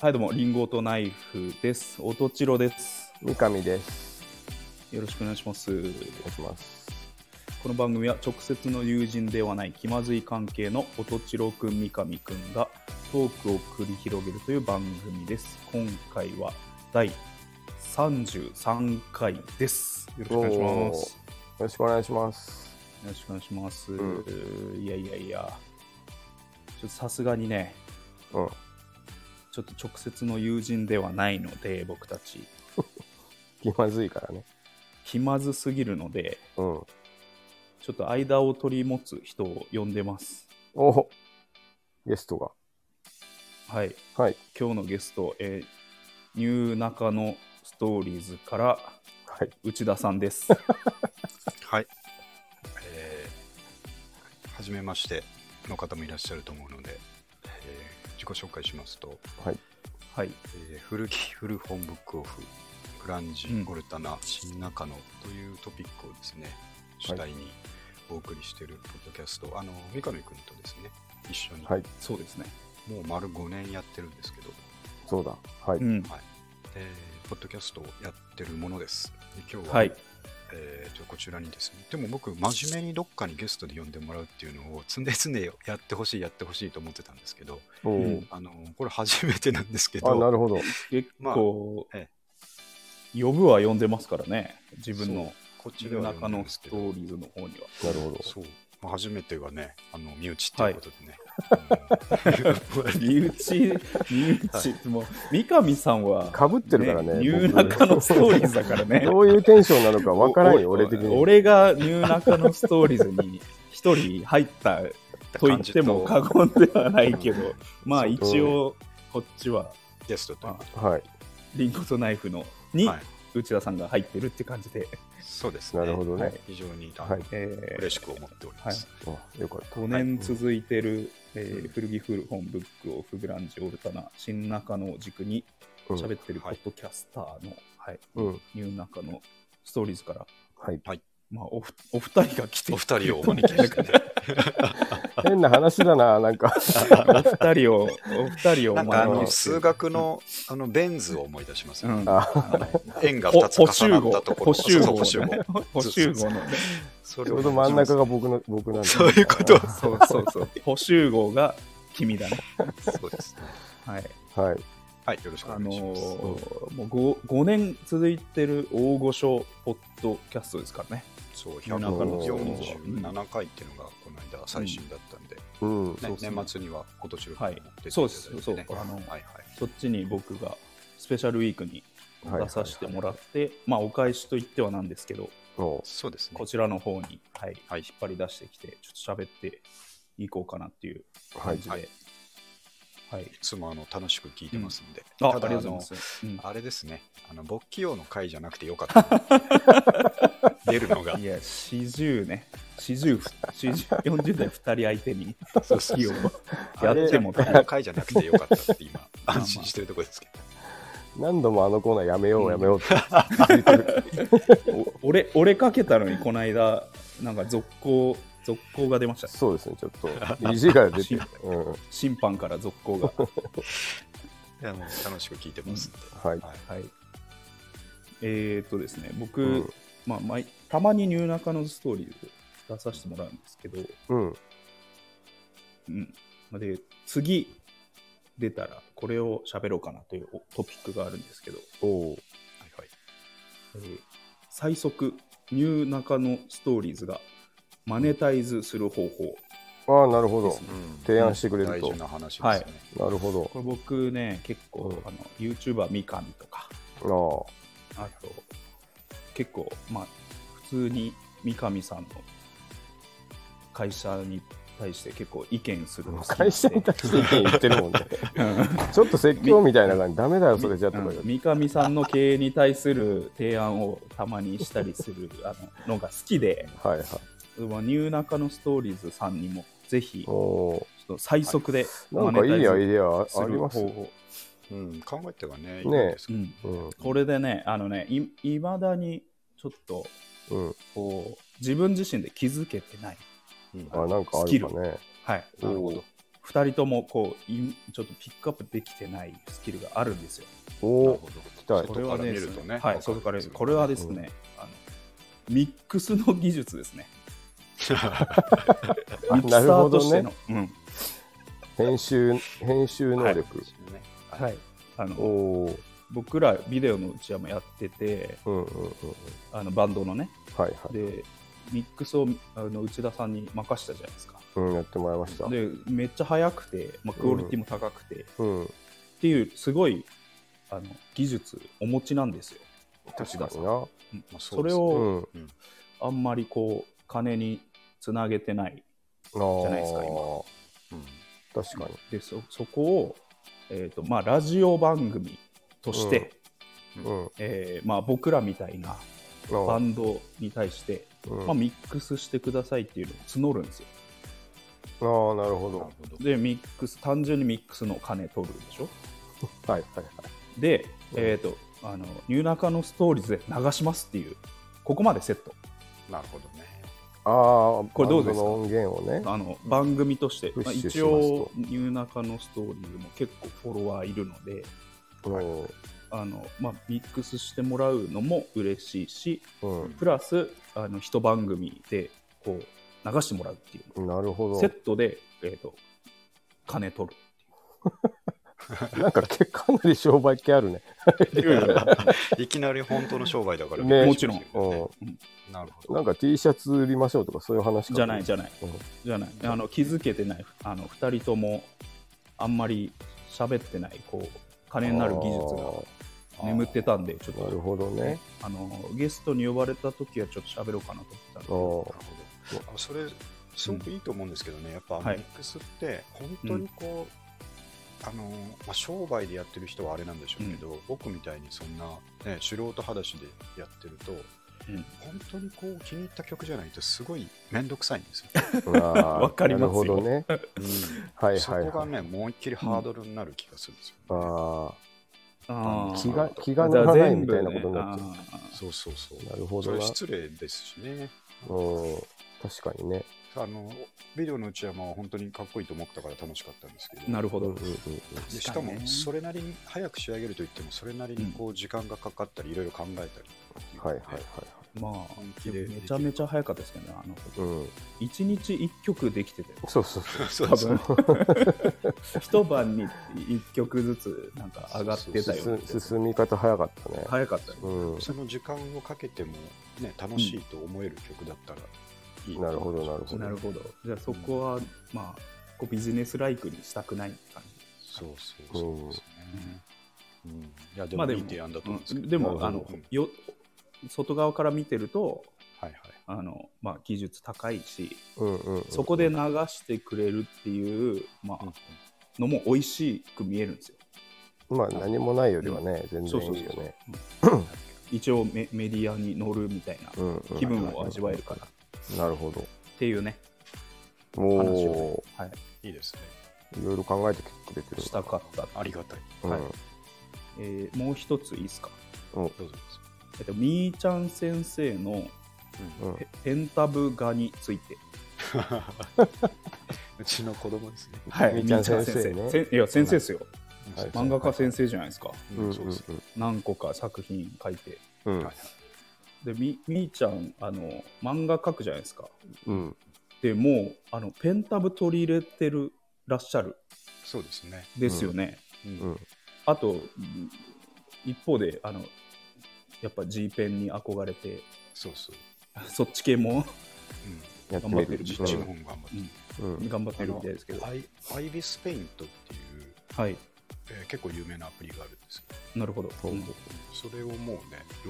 はい、どうも、リンゴとナイフです。おとちろです。三上です。よろしくお願いします。お願いします。この番組は直接の友人ではない気まずい関係のおとちろくん、三上くんがトークを繰り広げるという番組です。今回は第33回です。よろしくお願いします。よろしくお願いします。よろしくお願いします。ういやいやいや、ちょっとさすがにね、うん。ちょっと直接の友人ではないので、僕たち、気まずいからね。気まずすぎるので、うん。ちょっと間を取り持つ人を呼んでます。おおゲストが。はい。はい。今日のゲスト、えーニューナカのストーリーズからはい。内田さん です。よはい。えー、はじめましての方もいらっしゃると思うので、えー自己紹介しますと、はい。はい。えー古き古本ブックオフ、グランジうん、オルタナ、新中野というトピックをですね、主体にお送りしているポッドキャスト、あの、三上くんとですね、一緒に、はい。そうですね。もう丸5年やってるんですけど、そうだ。はい。うん。えーポッドキャストをやってるものです。で今日は、はい。えー、とこちらにですねでも僕真面目にどっかにゲストで呼んでもらうっていうのを常々やってほしいやってほしいと思ってたんですけどおお、うんあのこれ初めてなんですけどあ、なるほど。結構、まあえ呼ぶは呼んでますからね。自分のこちニらューはナ呼カんでのるんですスけトどーリーズの方には。なるほど。そう、まあ、初めてがねあの身内っていうことでね、あの 身内、身内、もう三上さんは、かぶってるからね。ニュー僕ナカのストーリーズだからね。どういうテンションなのか わからんよ、俺的に。俺がニューナカのストーリーズに一人入ったと言っても過言ではないけ ど、まあそう一応こっちはゲストというこはい。リンゴとナイフのとにはい、内田さんが入ってるって感じで、そうですねなるほどね。非常に、はい。えー嬉しく思っております、あよかった。 5年続いてる、えー古着古本ブックオフグランジオルタナ新中野を軸にうん喋ってるポッドキャスターの、はいうん。ニューナカのストーリーズから、はい。まあ、おふお二人が来てお 二人をお招きしてね変な話だな、なん か。お二人をお二人をなおんかあ招のきして数学のあのベン図を思い出しますね、うんああの円がほ2つ重なったところ補集合。そうそう補集合補集合のね。そちれょをうど真ん中が僕の、僕なんで。そういうこと。 そうそうそう。補集合が君だね。そうですね。はい。はい。はい、よろしくおあ願のいします。ーもう 5, 5年続いてる大御所ポッドキャストですからね。そう、夜中の147回っていうのが、この間、最新だったんで、ねうん。年末には今年のはい出ていただいてねそうですそうあのはいはい。そっちに僕がスペシャルウィークにはい出させてもらって、まあお返しと言ってはなんですけど、おうそうですねこ。ちらの方に、はいはい引っ張り出してきて、ちょっと喋っていこうかなっていうは感い。じで。はい。いつもあの楽しく聞いてますんで。あ、あただりがとうございます。うんあのあれですね、あの勃起王の回じゃなくてよかった な。出るのがい、や、四十ね。四十、四十、四十代二人相手に、そうそう月をそうやってもあの回じゃなくてよかったって今、あ安心してるところですけど。何度もあのコーナーやめよう、やめよ うって。お俺、俺かけたのに、この間、なんか続行、続行が出ました。そうですね、ちょっと、意地が 出て、うん、は審判から続行が。いやもう楽しく聞いてますんで。い、はいはい。えー、っとですね、僕、うんまあ、毎たまにニューナカのストーリーを出させてもらうんですけど、うん、うん。で、次、出たら、これを喋ろうかなというトピックがあるんですけど、おお、はいはいえー最速ニューナカのストーリーズがマネタイズする方法ああ、なるほでどす、ね。提案してくれる大と事、な話ですはよいね。なるほどこれ僕ね結構、うんあの YouTuber 三上とか、あーあと結構まあ普通に三上さんの会社に対して結構意見するの好きなんで会社に対して意見言ってるもんね、 うちょっと説教みたいな感じ、ダメだよ、それじゃとかんう言ん三う上さんの経営に対する提案をたまにしたりす るあののが好きで、はいはい、まあ、ニューナカのストーリーズさんにもぜひおおちょっと最速でー、なんかいいアイデアあするります、方法。うん、考えてはね、いいんねですけどうんうん、これでね、あのね、いいまだにちょっとうん、こう自分自身で気づけてない。うんあなんかあスキるルかね、はい。おおー、 2人ともこういちょっとピックアップできてないスキルがあるんですよ。お お、たなるいほどこれは外からね見るとねはい、外から見るとこれはですね、あのミックスの技術ですね。ミキサなるーとほどしてねの。。うん編集、編集能 力。はい、あおのお、僕らビデオのうちはもやっててうんうんうん。あのバンドのねはいはい。でミックスをあの内田さんに任したじゃないですかうん、やってもらいました。でめっちゃ速くて、まあ、クオリティも高くて、っうん、ていうすごいあの技術お持ちなんですよ確かにな。まあそれうをん。ああんまりこう金につなげてないーじゃないですか今そうですね確かに。でそそこを、えーとまあ、ラジオ番組として、うんうん。えーまあ、僕らみたいなバンドに対して、うんまあ、ミックスしてくださいっていうのを募るんですよああ、なるほうんど。なはるほどでミックス単純にミックスの金取るでしょいはいはい。で、うんえっ、とあの「ニューナカのストーリーズ」で流しますっていうここまでセットなるほどね。ああ、これどうですかバンドの音源をね。あの番組として、プッまあ、シュします一と応「ニューナカのストーリーズ」も結構フォロワーいるのでうんあの、まあ、ミックスしてもらうのも嬉しいしうん。プラスあの一番組でこう流してもらうっていうなるほセットで、えー、と金取るど。なんかけ、 かなり商売気ある ね。いきなり本当の商売だからねもちろんうなるほん。ど。なんか T シャツ売りましょうとかそういう話かじゃないじゃゃないうんじゃないあの気づけてないあの2人ともあんまり喋ってないこう金になる技術が眠ってたんでちょっなるとほどね。あのゲストに呼ばれた時はちょっと喋ろうかなとう思っんなるほどあそれ、すごくいいと思うんですけどね、やっぱミはいックスって、本当にこう、あのまあ、商売でやってる人はあれなんでしょうけど、僕みたいにそんな、ね、素人裸足でやってると、うん本当にこう気に入った曲じゃないと、すごい面倒くさいんですよ。 わわかりますよ なるほどね。はいそはいこがはい。ね、思いっきりハードルになる気がするんですよ、あねたああ、あ気ーが、気じゃがあ乗らない全み部たいねなことになっちゃあーそうそうそうう。。なるほそどれな。失礼ですしね。うん。確かにね。あのビデオのうちはまあ本当にかっこいいと思ったから楽しかったんですけど、なるほうんうどんうんでしかも確かにねそれなりに早く仕上げるといっても、それなりにこう時間がかかったり、いろいろ考えたりっていうはいはいはい。まあ本気でめちゃめちゃ早かったですけどねあのうん。 1日1曲できてたよそうそうそう。そう多そう分 一晩に1曲ずつなんか上がってたよう進進み方早かったね。早かったようん。その時間をかけても、ね、楽しいと思える曲だったらいい、なるほどなるほどなるほどじゃあそこは、まあこうビジネスライクにしたくないって感じそうそうそうですね、うんいやでまもあでいもい提案だと思うんですけど、でなるもほどあのよ外側から見てるとはいはいあの、まあ、技術高いしうんうんうん。そこで流してくれるっていう、まあ、のも美味しく見えるんですよまあ何もないよりはね、全そう然そういいそようね。一応メメディアに乗るみたいなうんうん気分を味わえるからっなるほど。ていうね話おを、はいいいですねーいろいろ考えてくれてる。したかった、ありがたいはいうえーもう一ついいですかん。どうぞえっとみーちゃん先生のうんうんペペンタブ画についてうちの子供ですね、はいみーちゃん先生ねみーちゃん先生せんいや先生ですよはい漫画家先生じゃないですかうんううんんそうですね何個か作品書いてうんはいでみみーちゃんあの漫画書くじゃないですかうんでもうあのペンタブ取り入れてるらっしゃるそうですね、ですよね、うんうんあとうん一方であのやっぱ G ペンに憧れてそうそう、そっち系もうやって頑張みってるるん、うちの方も頑張って、うん頑張ってあるのみたいですけどアイアイビスペイントっていう、はいえー結構有名なアプリがあるんですけど、なるほど、うんそれをもうね、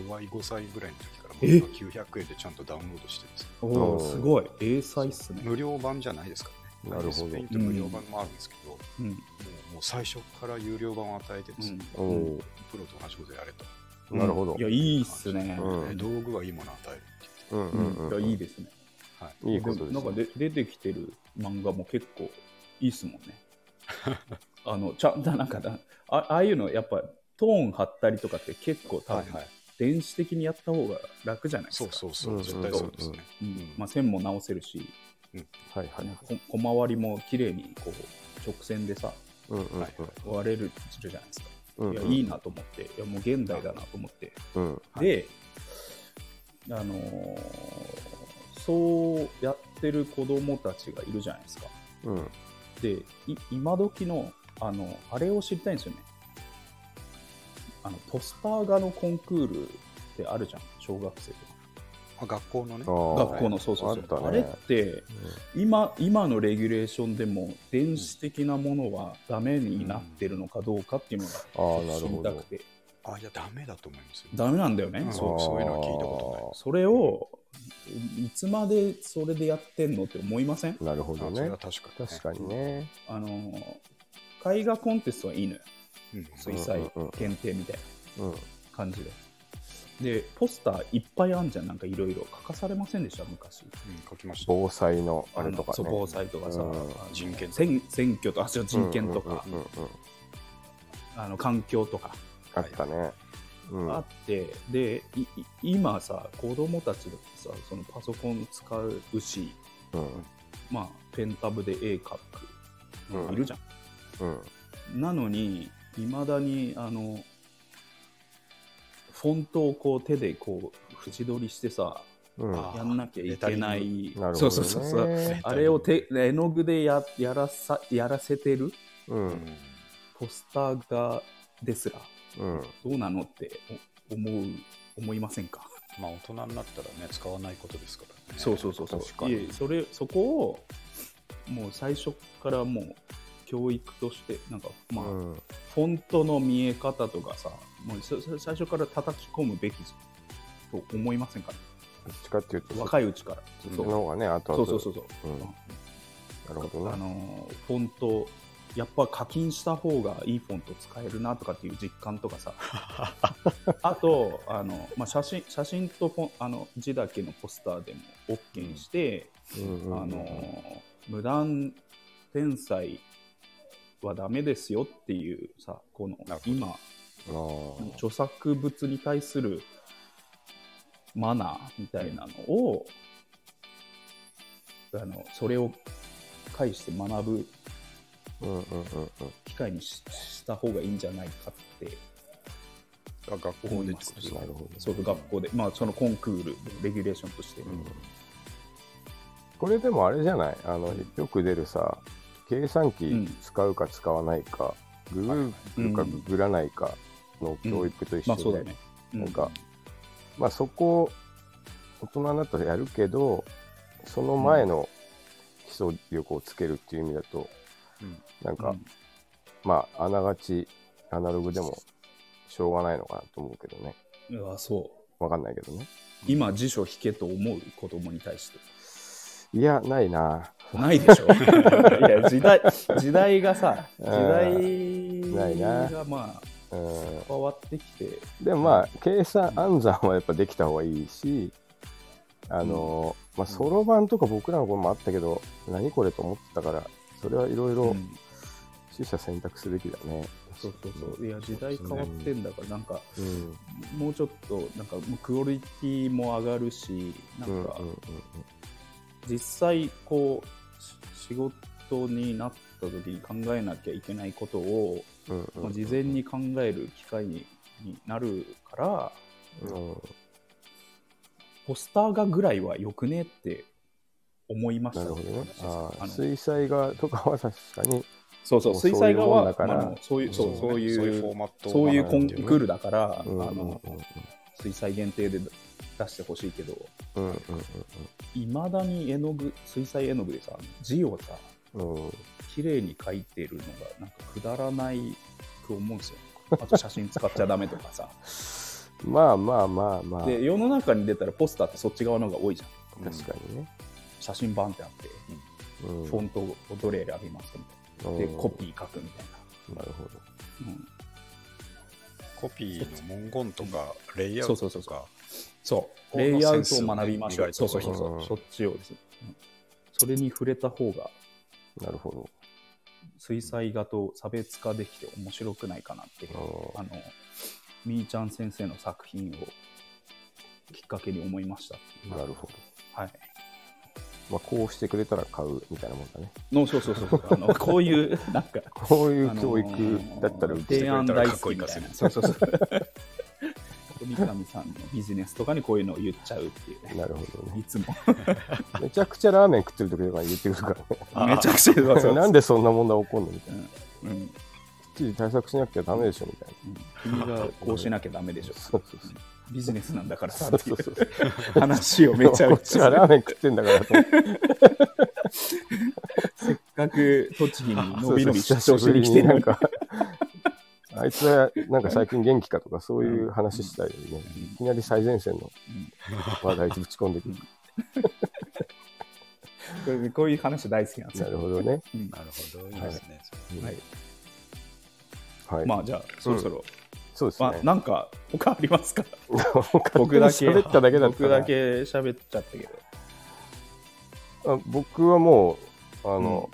弱い5歳ぐらいの時からもうえ今900円でちゃんとダウンロードしてるんですよおおおーすごい英才っすね無料版じゃないですからね。なるほどアイビスペイント無料版もあるんですけど、もうんうもう最初から有料版を与えてですね、おうんおプロと同じことやれと、ーなるほどいやいいっすね、うんえー道具はいいものを与えるってうんううんんういんやいいですね言って、いはい、いことででなんすかねで出てきてる漫画も結構いいっすもんね あのちゃんとなんかだあああいうのやっぱトーン張ったりとかって結構多はい分はい、電子的にやった方が楽じゃないですそうかそうそう、うん絶対そうですね。うんまあ、線も直せるしはいはいこ小回りも綺麗にこう直線でさうんうんはい割れるするじゃないですか、うんうんいやいいなと思っていやもう現代だなと思ってうんはいで、あのーそうやってる子供たちがいるじゃないですかうんでい今時のあのあれを知りたいんですよねあのポスター画のコンクールってあるじゃん小学生とかあ学校のねあ。ー学校のそうそうそうあ,、あったれっねて今今のレギュレーションでも電子的なものはダメになってるのかどうかっていうのがああなる知りほたくどてあ、いや、ダメだと思いますよ。ダメなんだよね、うんそうそうそういうのは聞いたことないそれをいつまでそれでやってんのって思いませんとないなるほあどそれねは確かに、確かに。ねあの絵画コンテストはいいのようん、水彩検定みたいなうん感じで。で、ポスターいっぱいあんじゃん、なんかいろいろ書かされませんでした、昔。うん書きました。防災のあれとかのそうね防災とかさ、うんあの人権選選挙とか、あそう人権とか、うんうんうんうんあの環境とかあったねうんあって、で、いい今さ、子供たちでさ、そのパソコン使うし、うんまあ、ペンタブで絵描くのがいるじゃん。うんなのに、いまだに、あの、フォントをこう手でこう縁取りしてさ、うんあーやんなきゃいけなレタリい。なるほどそねうそうそうそう。あれを手絵の具でややらさやらせてるううんん。ポスターがですらうんどうなのってお思う思いませんか、まあ、大人になったらね、使わないことですからね。そうそうそうそう確かにいえそれそこをもう最初からもう教育としてなんかまあ、うんフォントの見え方とかさもうそそ最初から叩き込むべきと思いませんかどっちかっていうと若いうちからそっちそのう方がねあとはそうそうそうそううんなるほどあねのフォントやっぱ課金した方がいいフォント使えるなとかっていう実感とか さあとあの、まあ、写真写真とフォンあの字だけのポスターでも OK にして、うんうんうんあの無断転載はダメですよっていうさこのなるほど今あー著作物に対するマナーみたいなのを、あのそれを介して学ぶうんうんうんうん機会にしした方がいいんじゃないかってあ学校思いでっまてすことですなかるほどそう学校で、まあ、そのコンクールレギュレーションとして、これでもあれじゃないあのよく出るさ計算う機ん使うか使わないかググるかうんググらないかの教育と一まあそ緒うだでよね、うなんか、まあ、そこを大人になったらやるけどその前の基礎力をつけるっていう意味だと、うんなんか、うんまああながちアナログでもしょうがないのかなと思うけどねうわそうわかんないけどね今辞書引けと思う子供に対していやないな ないでしょいや時代時代がさ時ない代ながまあうん変わってきてでもまあ計算暗算はやっぱできた方がいいしあのーまあそろばんとか僕らの頃もあったけど何これと思ってたからそれはいろいろうん取捨選択すべきだね、そうそうそういや時代変わってんだからなんかうんもうちょっとなんかクオリティも上がるしなうんんうんかうんうん実際こうし仕事になった時に考えなきゃいけないことを、うんうんまあ、事前に考える機会にになるからうんポスター画ぐらいはよくねって思いましなたるほどね。あああ、の水彩画とかは確かに、そうそうもう水彩画はそういうもんだからまああのそういうそうそういそういうフォーうマットをそういう学コんンでるクールだから、うんうんあうんうんの水彩限定で出してほしいけどうんいまだに絵の具水彩絵の具でさ字をさうんうん綺麗に描いてるのがなんかくだらないく思うんですよ。あと写真使っちゃダメとかさ。まあまあまあまあ、で世の中に出たらポスターってそっち側の方が多いじゃん。確かにね。写真版ってあって、うんフォントをどれ選びますみたいな。で、コピー書くみたいー。なるほど。な。うん、コピーの文言とか、レイアウそうトそうとそうか、そう。このレイアウトセンスををね学びましょ。磨いうてほそうしいそうそうそう、うんそっちをです、ねうんそれに触れた方がなるほ水彩画と差別化できて面白くないかなって、うんあの、みーちゃん先生の作品をきっかけに思いました。ど。なるほはい。まあ、こうしてくれたら買うみたいなもんだね。のそうそうそうそう あのこういうなんかこういう教育だったらあの受ーけ提てくれ案た大ら、好きみたいかっこいいかならそうそうそう三上さんのビジネスとかにこういうのを言っちゃうっていうねなるほどいね。つもめちゃくちゃラーメン食ってる時とかに言ってくるからね。めちゃくちゃ言わせなんで、でそんな問題起こんのみたいな。うんうん、きっちり対策しなきゃダメでしょみたいな。君がこうしなきゃダメでしょそうそうそう。ビジネスなんだからさそうっていそううそう話をめちゃこっくちちはゃラーメン食ってんだから と思って各栃木にのびのびそう出そ張う久しぶにり来てになるんかあいつはなんか最近元気かとかそういう話したいよね、うんいきなり最前線のうん話題にぶち込んでくる、これこういう話大好きなんですなるよ、ほどね、うんなるほど、いいですね。はいはいまあじゃあそろそろ、そうですまあね、なんか他ありますか僕だけ喋っただけだった僕だけ喋っちゃったけどあ僕はもうあの、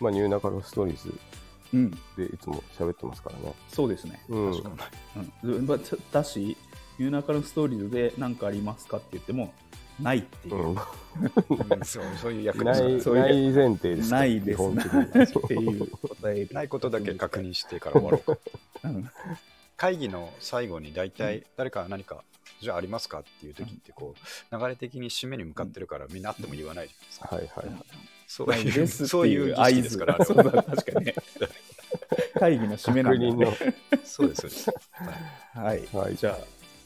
まあ、ニューナカロストーリーズうんでいつも喋ってますからね、そうですね、うん、確かにうんまあちょだしユーナカルストーリーズで何かありますかって言ってもないっていう、うんうんそうそういう役なです いそういうない前提ですないです基本的なにいっていう答えないことだけ確認してから終わろうか。 うん会議の最後に大体誰か何か、じゃあありますかっていう時ってこう流れ的に締めに向かってるからみんなあっても言わないじゃないですか。はいはいそうないいでうすってそういいうう合合図図ですから。あれそうはだ確かにね会議の締めな確んで、認のね、そうですそうです。はいはい、はいじゃあ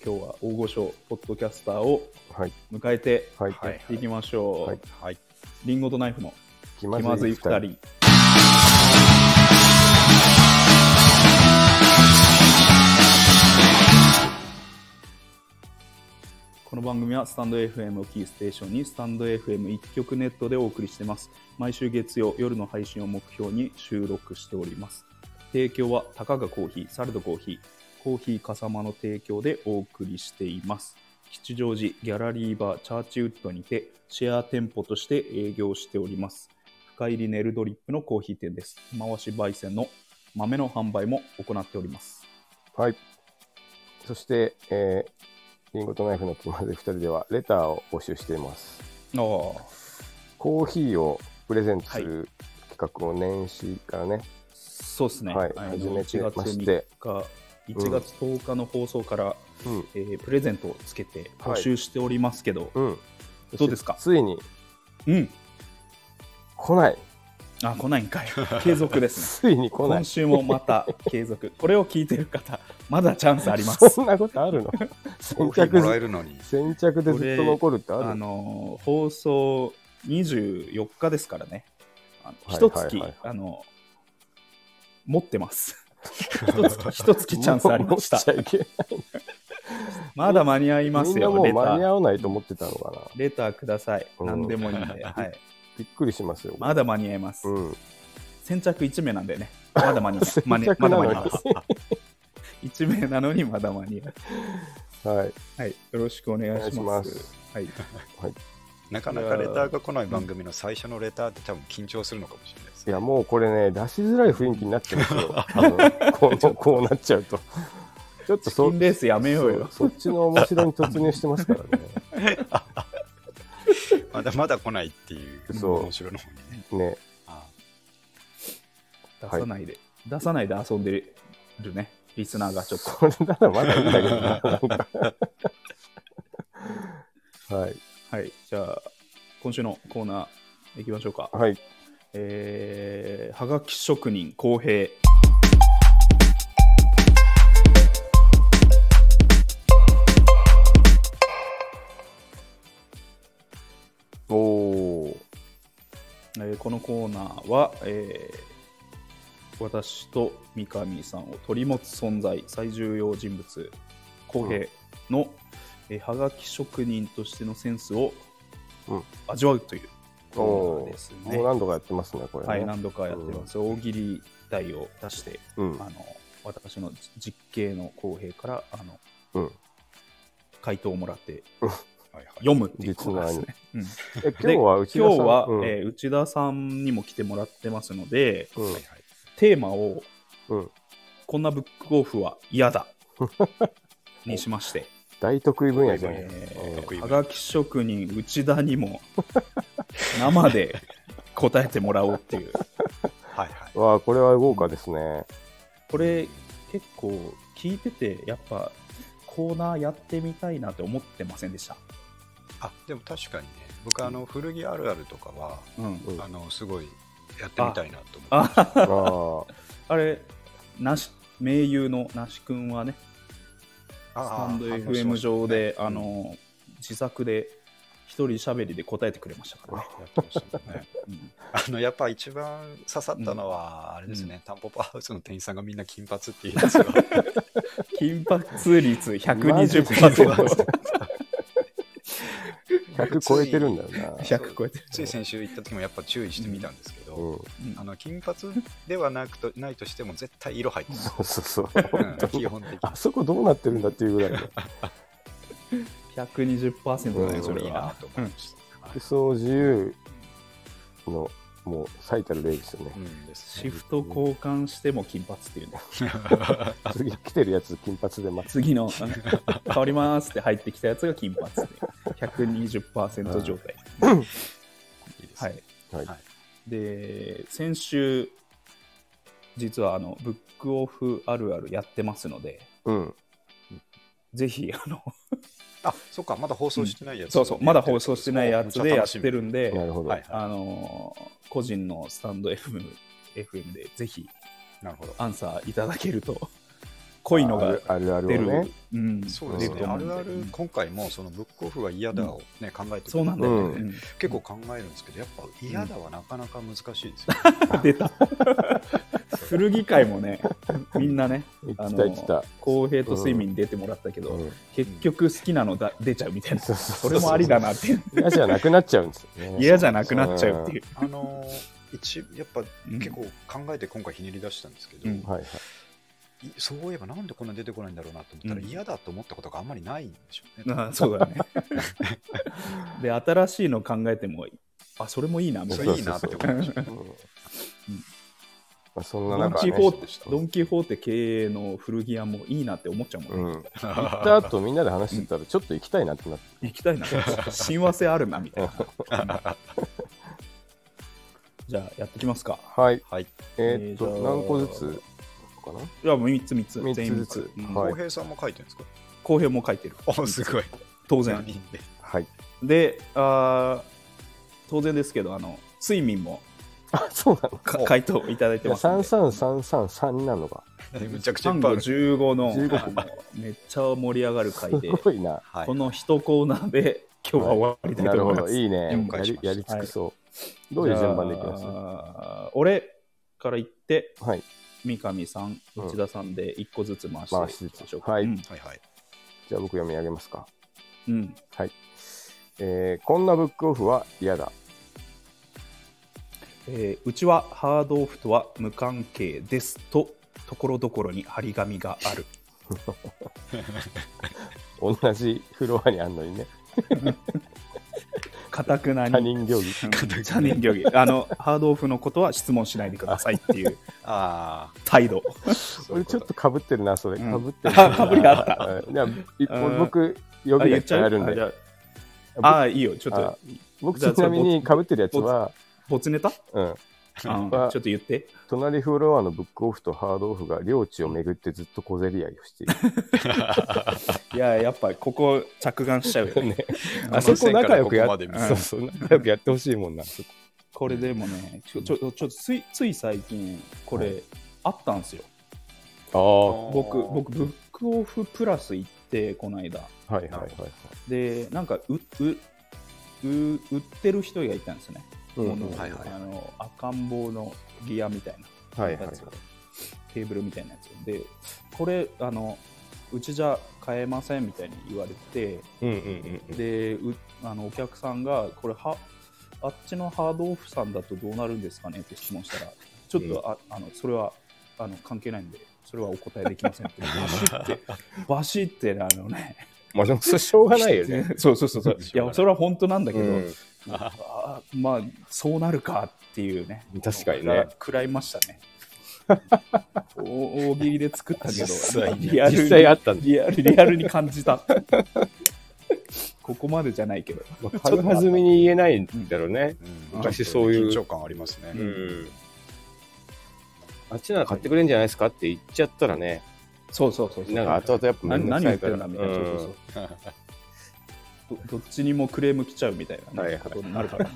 今日は大御所ポッドキャスターをはい迎えてはい、はいやっていきましょう、はい はい。リンゴとナイフの気気まずい2人この番組はスタンド FM をキーステーションにスタンド FM 一曲ネットでお送りしています毎週月曜夜の配信を目標に収録しております提供はたかがコーヒーサルドコーヒーコーヒーかさまの提供でお送りしています吉祥寺ギャラリーバーチャーチウッドにてシェア店舗として営業しております深入りネルドリップのコーヒー店です回し焙煎の豆の販売も行っておりますはい。そして、えー、リンゴとナイフの気まずい2人では、レターを募集しています。ああコーヒーをプレゼントする企画を年始からね、そうですね、はいあの始めて1ま月し3て日ん1月10日の放送から、うん、えープレゼントをつけては募い集しておりますけど、うん。どうですかついにうん来ない。あ来ないんかい継続ですねついに 来な今い。週もまた継続これを聞いてる方まだチャンスあり ますそんなことあ るのコ先ーヒー着もらえずるのに。先着でずっと残るってああるののー放送24日ですからね、あのはい一月、はいはいあの持ってます。一月一月チャンスありましもたう。持っちゃいまだ間に合いけまみすんなよ、もうレタ間にー。合わないと思ってたのかな。レターください。うん何でもいいん で、はい、びっくりしますよ。まだ間に合います。うん。先着1名なんでね、まだ間 に合先う。まに着まなだの間にに 合います。1名なのにまだ間に合う。はい。はい、よろしくお願いしおま。願いしますはい、なかなかレターが来ない番組の最初のレターって多分緊張するのかもしれないですいね。やもうこれね出しづらい雰囲気になってます よ多分このこうなっちゃうとちょっとチキそンレースやめようよ。そそっちの面白に突入してますからまだまだ来ないっていう、そう面白いの方にね。ねねあ出さないで、出さないで遊んでるね、リスナーがちょっと。それならまだいいんだけどななん かはいはい、じゃあ、今週のコーナーいきましょうか。はいえー、はがき職人公平。おおえーこのコーナーは、えー私と三上さんを取り持つ存在、最重要人物、公平の、えーはがき職人としてのセンスをうん味わうというおコーナーおですーね。もう何度かやってますねこれねはい、何度かやってます。大喜利題を出して、うんあの私の実刑の公平からあのうん回答をもらってーはいはい読むっていうコーナーですね。うんえ今日はうち今日は、うんえー内田さんにも来てもらってますので、うんはいはいテーマをうんこんなブックオフは嫌 だにしまして、大得意分野じゃん、え得意ー、分は野がき職人内田にも 生で答えてもらおうっていう。はいはい。わあ、これは豪華ですね。これ結構聞いてて、やっぱコーナーやってみたいなって思ってませんでした。あ、でも確かにね、僕あの、古着あるあるとかは、うん。うんあの、すごいやってみたいなと思って。あああ、あれ、なし、名優の那須君はね、スタンド FM 上で、あ、の、自作で一人喋りで答えてくれましたからね。やってまし たもんねうんあのやっぱ一番刺さったのは、あれですね、タンポポハウスの店員さんがみんな金髪っていうやつ が金髪率マジで120%。 100超えてるんだよ な。 100超えてる。つい先週行った時もやっぱ注意してみたんですけど、うん、あの金髪ではなくとないとしても絶対色入ってますそうそうそう。うん本当 基に。本的にあそこどうなってるんだっていうぐらいの。 120%だね、そそれれいいなは。と思いました、はい服装自由の、もう最たる例ですよねう。んですシねフト交換しても金髪っていうね。次来てるやつ金髪で待つ。次の、あ変わりますって入ってきたやつが金髪で。120%状態。いいですはねい。はいはいで、先週、実はあの、ブックオフあるあるやってますので、うん。ぜひ、あの、あそっかまだ放送してないやつ、そうそう、 まだ放送してないやつでやってるんで、なるほど。はいあのー個人のスタンド FM, FM でぜひなるほどアンサーいただけると濃いのがあるある出あるる、をね。うん、そうで出するね、と思あうんでるあるうん今回もそのブックオフは嫌だを、ね考えてそうなんだよね、結構考えるんですけどやっぱ嫌だはなかなか難しいですよね、うん出た古着会もねみんなね行あきのたい行きたい。公平と睡眠に出てもらったけど、うん結局好きなのだ出ちゃうみたいなそうそそうそうれもありだなっていう嫌じゃなくなっちゃうんですよね。嫌じゃなくなっちゃうっていう、あのー一やっぱうん結構考えて今回ひねり出したんですけど、うんはいはい。いそういえばなんでこんなに出てこないんだろうなと思ったら、うん嫌だと思ったことがあんまりないんでしょうね。ああそうだ ねで新しいの考えてもあそれもいいなみたいそなれいいなって思いました。うんまあ、そんドなン・中、キね、ホーテドン・キホーテ経営の古着屋もいいなって思っちゃうもん、ねうん、行った後みんなで話してたらちょっと行きたいなってなって、行きたいな親和性あるなみたいな じゃあやってきますかはいはい。えーっと、えーじゃあ何個ずつかないやもう3つ3つ三つ全員3ずつつ、うんはい浩平さんも書いてるんですか公平も書いてるあ、すごい。当4然人で。はいであー当然ですけどあの睡眠もあ そうなのかお回答いただいてじゃあますんで33333になるのかむちゃくちゃい3っぱいあのる。 15の15あのめっちゃ盛り上がる回 で、すごいなはいこ。の一コーナーで今日は終わりたいなとる思ほいまどすいいね了や解しりましたやり尽くそう、どういう順番でいきますじゃあ俺から言って、はい三上さん、うん内田さんで一個ずつ回回してしいつきつましょうか。はい、うんはいはい。じゃあ僕読み上げますかうんはいえー、こんなブックオフは嫌だえーうちはハードオフとは無関係ですと、ところどころに張り紙がある。同じフロアにあんのにねかたくな他に。人行儀うん他人行儀あのハードオフのことは質問しないでくださいっていう あ態 度あ、俺ちょっとかぶってるなそれ、うんかぶってる あ被りがあったうんじゃあいうん僕呼びがいっぱいあるんあ言っちゃうあじでゃああーいいよちょっあと僕じゃあちなみにかぶってるやつは、ボツネタ、うん、うんちょあっと言って隣フロアのブックオフとハードオフが領地を巡ってずっと小競り合いをしている。いややっぱここ着眼しちゃ うよねあそこ仲良くやこのっ線からここまで見そうそう仲良くやってほしいもんな。これでもね、ちょちょちょっとついつい最近、これ、はいあったんですよ。あ僕、僕、ブックオフプラス行って、この間。あ、はいはいはいはい。で、なんかう、う、う、売ってる人がいたんですよね。うんこうんのはいはいあの赤ん坊のギアみたいなはいやはいはいつがテーブルみたいなやつでこれあのうちじゃ買えませんみたいに言われてうんうんうんうん。でうあのお客さんがこれはあっちのハードオフさんだとどうなるんですかねって質問したらちょっと、うんああのそれはあの関係ないんでそれはお答えできませんって バシってバシってねあのねまあでもそれしょうがないよね。 そうそうそうそうしいょうがないやそれは本当なんだけうど、ん、あーまあそうなるかっていうね確かにがね。食らいましたねお大喜利で作ったけど実際にリアルに実際あったんだリアルリアルに感じたここまでじゃないけど。まあ、軽はずみに言えないんだろうね。うん昔そういう緊張感ありますね。ううんん。あっちなら買ってくれんじゃないですかって言っちゃったらね、そうそうそうそう。なんか後々やっぱめん何何言っどくさいかてら。んだみたいな、そうそうそうんうど どっちにもクレーム来ちゃうみたいな、ねはいはいことになる からね。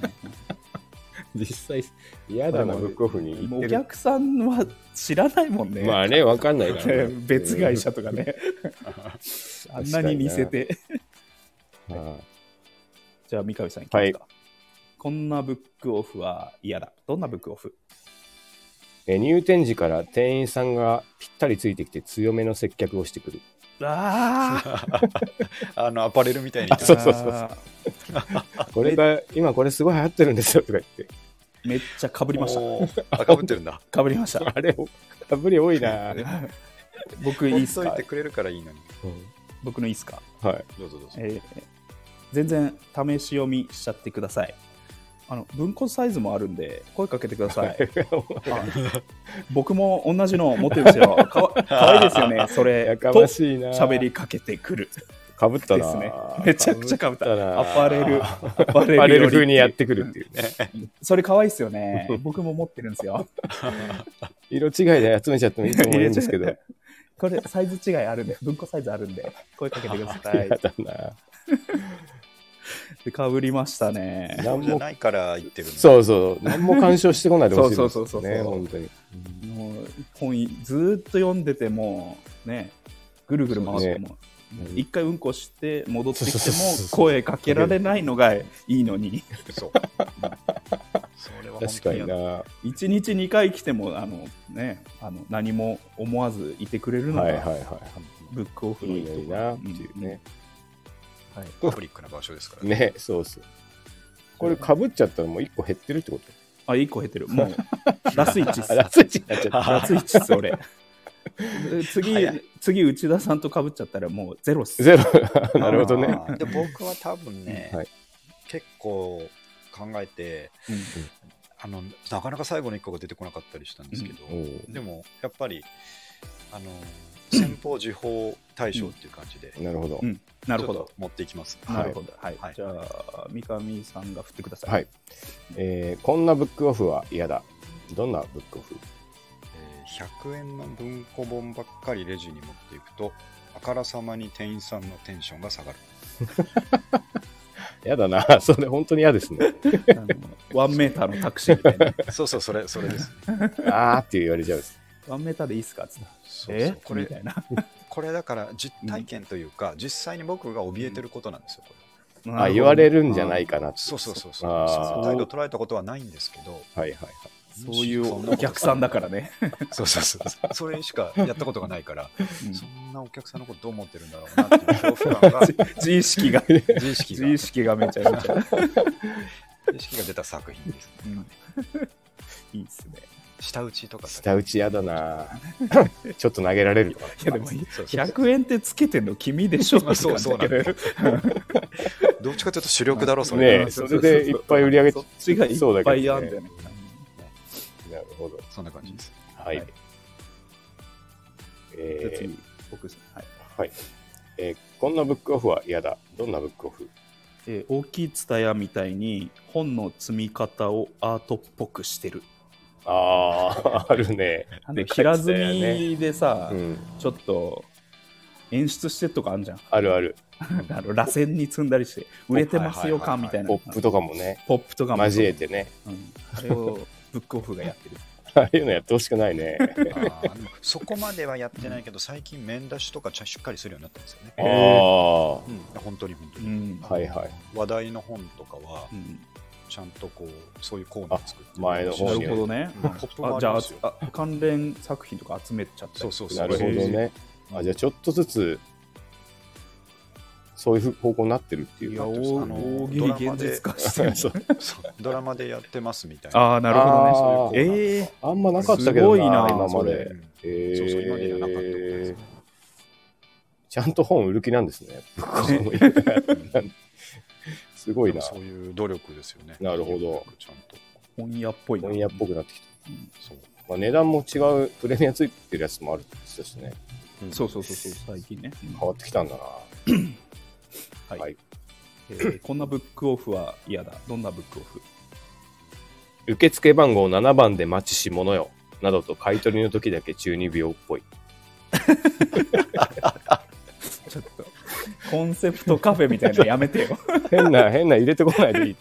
実際、嫌だな、ブックオフに行もうっておる。客さんは知らないもんね。。まあね、わかんないから、ね 別会社とかね。 あんなに似せて。うん。あじゃあ、三上さんいきますか。こんなブックオフは嫌だ。どんなブックオフえ入店時から店員さんがぴったりついてきて強めの接客をしてくる。あああのアパレルみたいに。そうそうそうそうこれが、今これすごい流行ってるんですよとか言って。めっちゃかぶりました。た。あ、かぶってるんだ。かぶりました。あれ、かぶり多いな。うん僕いい言っいすといかてくれるからいいのに。僕のいいっすかはい。どうぞどうぞ。えー全然試し読みしちゃってください。あの文庫サイズもあるんで声かけてください。あ僕も同じの持ってるんですよ。かわかわいいですよね。そやれかとましいな。喋りかけてく るかぶったでな。すね。めちゃくちゃかぶった。被ったなアパレル、アパバレレルよルり風にやってくるっていうね。それかわいいですよね。僕も持ってるんですよ。色違いで集めちゃってもいいと思うんですけど。入れちゃうこれサイズ違いあるんで、文庫サイズあるんで、声かけてくださ嫌 い。だな。でかぶりましたね。何じゃも、ないから言ってるんだ。そうそう。何も干渉してこないでほしいですね。そうそうそうそうそう本当に。もう本ずーっと読んでてもね、ぐるぐる回っても、ね一回うんこして戻ってきてそうそうそうもそう声かけられないのがいいのに、そう。それは本確当かににな。は一日二回来てもあのね、あの何も思わずいてくれるいのはいはがいはブックオフい。のいいいいとのにこなろっていうね。うんはいパブリックな場所ですからね。ね、そうそう。これかぶっちゃったらもう一個減ってるってことあ、一個減ってる。もう ラスイチっす。あ、ラスイチになっちゃった。ラスイチっす、 俺。で次早、次内田さんとかぶっちゃったらもうゼロっす。ゼロ。 なるほどね。あーで、僕は多分ね、はい結構考えて、うんあの、なかなか最後の一個が出てこなかったりしたんですけど、おうでも、やっぱり、あの、先方時報対象っていう感じで、なるほどう。んなるほちょどっと。持っていきます。なるほど。はい。はいじゃあ、三上さんが振ってください。はい。えーこんなブックオフは嫌だ。どんなブックオフえー100円の文庫本ばっかりレジに持っていくと、あからさまに店員さんのテンションが下がる。嫌だな。 それ本当に嫌ですね。あのワンメーターのタクシーみたい な。そうそう、それ、それですね。あーって言われちゃうです。ワンメーターでいいっすかつってそうそうえここれれみたいな。これだから実体験というか、実際に僕が怯えてることなんですよ、これ あ、言われるるんじゃないかなって。そうそうそうそうあーその態度捉えたことはないんですけどはいはいそういうお客さんだからね。そうそうそうそうそれしかやったことがないから、うんそんなお客さんのことどう思ってるんだろうなっていう恐怖感が 自意識が、自意識 自が意自識がめちゃめちゃ。意識が出た作品です うんいいっすね。下打ちとかはい。さ下打ち嫌だな。ちょっと投げられるとか。いやでも、そうそう100円ってつけてんの君で しょまあそうそうなんだよどっちかというと主力だろうそねれはえそれでいっぱい売り上げそっちがいそうっだぱけいどあねんだよね。なるほど。そんな感じですはい。はいじゃあえ次、僕ですねはいーはいえーこんなブックオフは嫌だ。どんなブックオフえー大きい蔦屋みたいに本の積み方をアートっぽくしてる。 あー、あるね。あでのかい蔦屋平積ねみでさ、うん。ちょっと演出してとかあんじゃん。あるある。 あの螺旋に積んだりして、売れてますよはいはいはいはい感みたいな。ポップとかもね、ポップとかも交えてね。うんあれをブックオフがやってる。ああいうのやってほしくないね。あーでもそこまではやってないけど最近面出しとかちゃしっかりするようになったんですよ ねあえあーー、うん本当に本当うに、んはいはい。話題の本とかはうんちゃんとこうそういうコーナー作ってあ前の方なにるほどね。うんポップもああじりゃまあすよあ関連作品とか集めちゃったりそうそうそうなるほどね。あじゃあちょっとずつそういう方向になってるっていう。いや、あ大の大喜利ドラマ現で実化してる。そうそう ドラマでやってますみたい なああ、なるほそういどうコーナーね。ええあんまなかったけどすごいな今まそでれ。えそうそう今まではなかったことですーね、ちゃんと本売る気なんですね。ぶっ込むの すごいな。そういう努力ですよねなるほどちゃんと本屋っぽいな。本屋っぽくなってきた。そうまあ、値段も違うプレミアついてるやつもあるって言ってたしね。そうそうそうそう、最近ね。変わってきたんだな。はいはいえーこんなブックオフは嫌だ。どんなブックオフ受付番号7番で待ちし者よ。などと買い取りの時だけ中二病っぽい。ちょっと、コンセプトカフェみたいなのやめてよ。変 な、変な入れてこないでいい。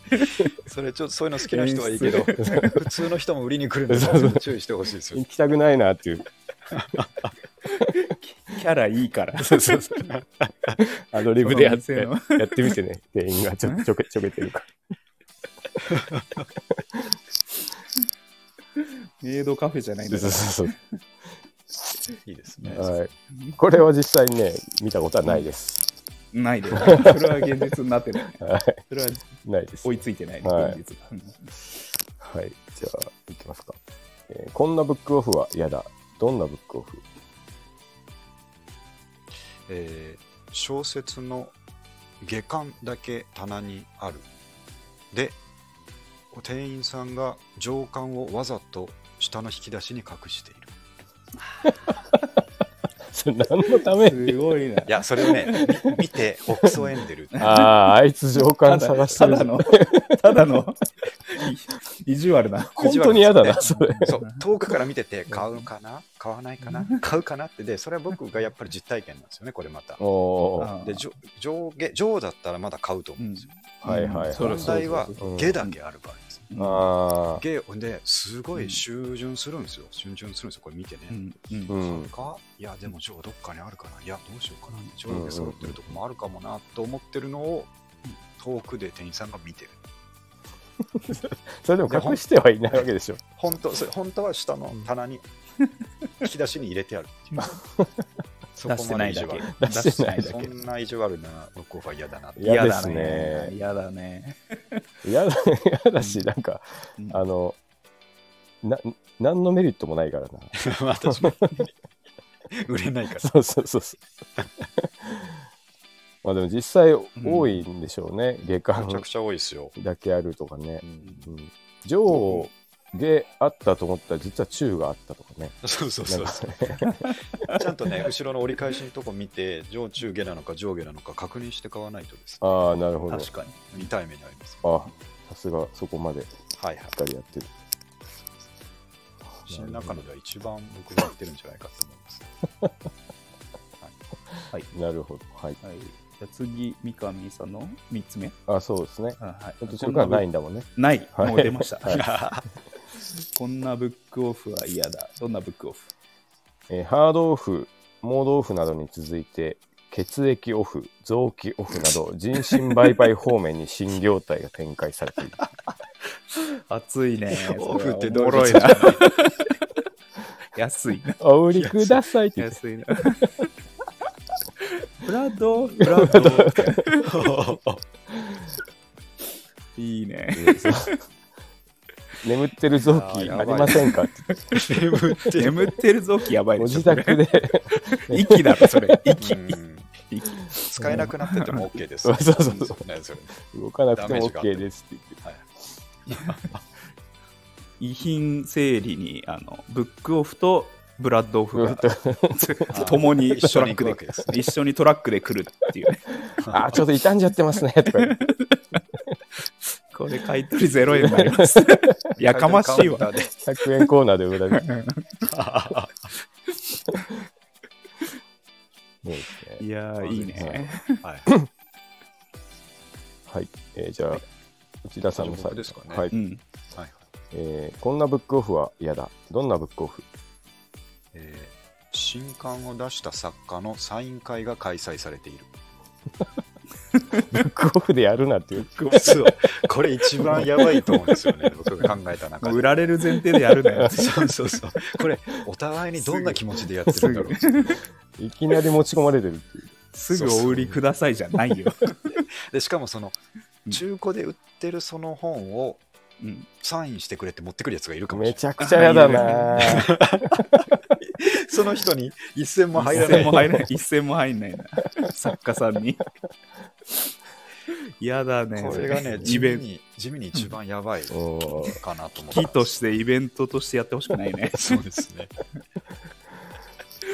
それちょそういうの好きな人はいい けど、普通の人も売りに来るんで、そうそう注意してほしいですよ行。きたくないなっていう。キャラいいから。アドリブでやっそて、のや店ってみてね。店員がちょちょけちょけてるから。メイドカフェじゃないんそうだそかうら。そういいですね。はい。これは実際にね、見たことはないです。 ないで。それは現実になってない。は。それはいないです。追いついてないね、はい現実が。うんはい。じゃあ、行きますか。えーこんなブックオフは嫌だ。どんなブックオフ えー小説の下巻だけ棚にある。で、店員さんが上巻をわざと下の引き出しに隠している。それ何のためすごいな。いや、それをね、み見て、オクソエン デル。ああ、あいつ上た官だ探してたるだ。の、ただの、い意地悪な。本当に嫌だな、それ。そう遠くから見てて買うかな買わないかな買うかなってでそれは僕がやっぱり実体験なんですよねこれまたおおー、あーで上上下上だったらまだ買うと思うんですよ、はいはいうんそりゃ問そう題そうはそうそう下だけある場合ですうんああ、下ほんですごい修潤するんですよ修潤するんですよこれ見てね、うんうんうん。かいやでも上どっかにあるかないやどうしようかな上下揃ってるとこもあるかもなと思ってるのを遠くで店員さんが見てるそれでも隠してはいないわけでしょ。本当それ本当は下の 棚に引き出しに入れてあるっていうそ出してない意地だ悪け。出してないだけそんな意地悪なブックオフは嫌だな。嫌でだすね。嫌だね。嫌だ嫌だし、なんか、うんあの、な、何のメリットもないからな。 まあ確かに売れないから。そうそうそうそう。まあでも実際多いんでしょうね。下めちゃ巻くちゃ多いですよ。だけあるとかね。うん、上下あったと思ったら実は中があったとかね。そうそうそうそう。ちゃんとね、後ろの折り返しのとこ見て、上中下なのか上下なのか確認して買わないとですね。ああ、なるほど。確かに。見たい目にあります。あさすがそこまでしはいはいっ。かりやってる。新中野では一番僕が言ってるんじゃないかと思います。なるほど。はい。はい。じゃあ次、三上さんの3つ目。あそうですね。あはい途中からないんだもんね。ない。はいもう出ました。はい こんなブックオフは嫌だ。どんなブックオフえーハードオフ、モードオフなどに続いて、血液オフ、臓器オフなど、人身売買方面に新業態が展開され ている。熱いね。オフってそれはおもどうろいいうことな。安いな。お売りくださいって言って。安いな。ブラッド、ブラッド。いいね。 眠ってる臓器あーやあばいりませんかって 眠って眠ってる臓器やばいごでしょ。自宅で。それ息だろ、それ。息。うん息使えなくなってても OK です。そうそうそうそうなんですよね動かなくてダメーもジがあって OK ですって言って。遺品整理に、あの、ブックオフとブラッドオフが、ともに一ト緒ラッに行くクわでけです。一緒にトラックで来るっていうね。 あー、ちょっと傷んじゃってますね。とか 言ってこれ買い取り0円になり ます。やかましいわ。 100円コーナーで売られる。そうですねいやー、いいね。はい。はい、えーじゃあ、内田さんの僕ですかねはいうん。はいえーこんなブックオフは嫌だ。どんなブックオフ えー新刊を出した作家のサイン会が開催されている。ブックオフでやるなっていう。そうこれ一番やばいと思うんですよね、僕が考えた中もうで。売られる前提でやるなよ。そうそうそう。これ、お互いにどんな気持ちでやってるんだろう。いきなり持ち込まれてるっていう。すぐお売りくださいじゃないよ。で、しかもその、中古で売ってるその本をうんサインしてくれって持ってくるやつがいる かもしれめない。ちゃくちゃ嫌だなー。その人に一銭も 入一らな銭いも。入らない。一銭も入んないな。作家さん に。嫌だね。これがね、地イベ味ント。に、地味に一番やばいおーかなと思って。木としてイベントとしてやってほしくないねそうですね。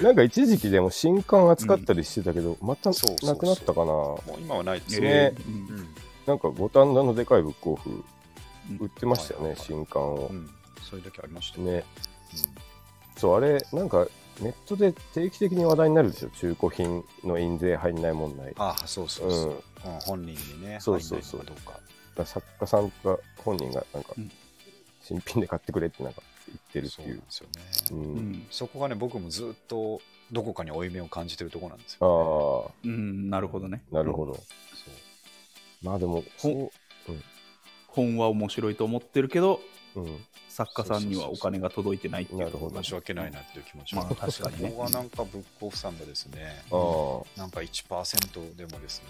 なんか一時期でも新刊扱ったりしてたけど、またそうそうそうなくなったかな。もう今はないですねね。うんうんなんか五反田のでかいブックオフうん売ってましたよはいね、はいはい新刊をう。ん、そういう時ありましたよね、そう、あれ、なんかネットで定期的に話題になるでしょ、中古品の印税入んない問題。だかああ、そうそうそう。うん本人にね、そうそうそう入んないのかどうか。ら作家さんが本人がなんかうん新品で買ってくれってなんか言ってるっそてういなんうで。すよね。うんうん、そこがね、僕もずっとどこかに負い目を感じてるところなんですああよ、うん、なるほどね。ー、なるほど。そうまあでも、そ本は面白いと思ってるけど、う、うん、作家さんにはお金が届いてないっていうなるほど申し訳ないなっていう気持ちまは、あ確かにねここはなんかブックオフさんがですね、ああ、なんか1%でもですね、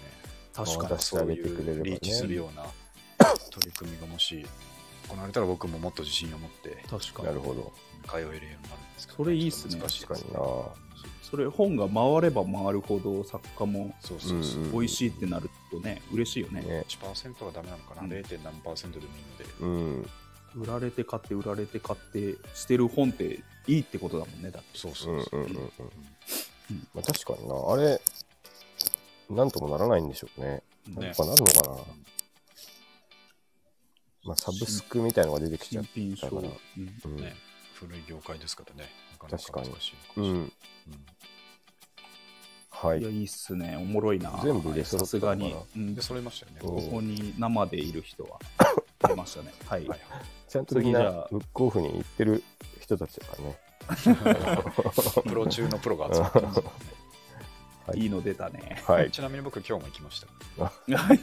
確かまにあそういしてあげてくれればうねリーチするような取り組みがもし行われたら僕ももっと自信を持って確かなるにほど。通えるようになるんですけど、それいいっすねちょと難しいで確すかねにな。それ本が回れば回るほど作家もそうそうそう。うん美味しいってなるとね嬉しいよねね、 1%はダメなのかな、うん 0. 何パーセントでもいいので、うん、売られて買って売られて買って捨てる本っていいってことだもんねだってそううそん、ううん、そうう、ん、うん。うんまあ、確かにな。あれ、なんともならないんでしょうね。ねなんとかなるのかな。まあ、サブスクみたいのが出てきちゃ新品った賞かうら。んうん、ね古い業界ですからね、なかな確かか難にしいのかうもしん、れないうんはいやい。いいっすねおもろいな全部入れさ揃ったすのかがなに、うんで、それましたよね。うんここに生でいる人 は出ましたねはい、はいちゃんとみん次じゃなあ、ブックオフに行ってる人たちだからね。プロ中のプロが集まってますね、い、いの出たね はい。ちなみに僕、今日も行きました。はい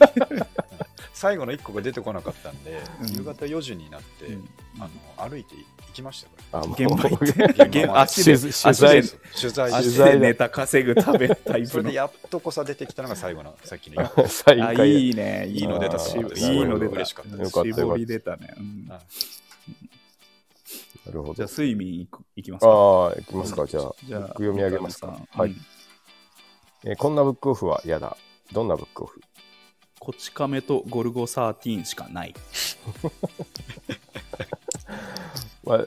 最後の1個が出てこなかったんで、うん夕方4時になって、うんあの歩いて行きましたかあ、もう現場行っら。現まあ足で取取材材です取材足取材でだネタ稼ぐ食べ タイそプれのでやっとこさ出てきたのが最後の、さっきの一個。再あ開。いいねいいの出たあしいーいの出た嬉しかったですよかったよかった絞り出たね、うんはいなるほじゃど。ああ睡眠いくいきますあかー、行きますか。じゃあ、じゃあ僕読み上げますか三上。さんはういん。えーこんなブックオフは嫌だ。どんなブックオフこち亀とゴルゴ13しかないまあ、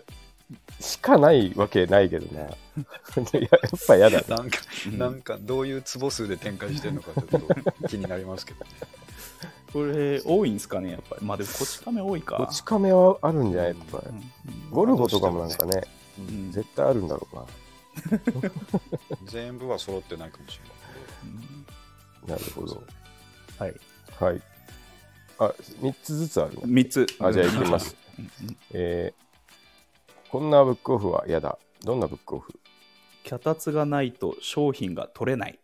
しかないわけないけど な。いややっぱ嫌だな。なんか、なんか、どういう壺数で展開してるのか、ちょっ と気になりますけどね。これ多いんですかねやっぱりまあでもこち亀多いかこち亀はあるんじゃないやっぱうり。んゴルゴとかもなんかね、うん絶対あるんだろうな。全部は揃ってないかもし れうんない。なるほど。はいはい。あ、3つずつあるの。 3つあ、じゃあ行き ます。うんうんえーこんなブックオフは嫌だ。どんなブックオフ脚立がないと商品が取れない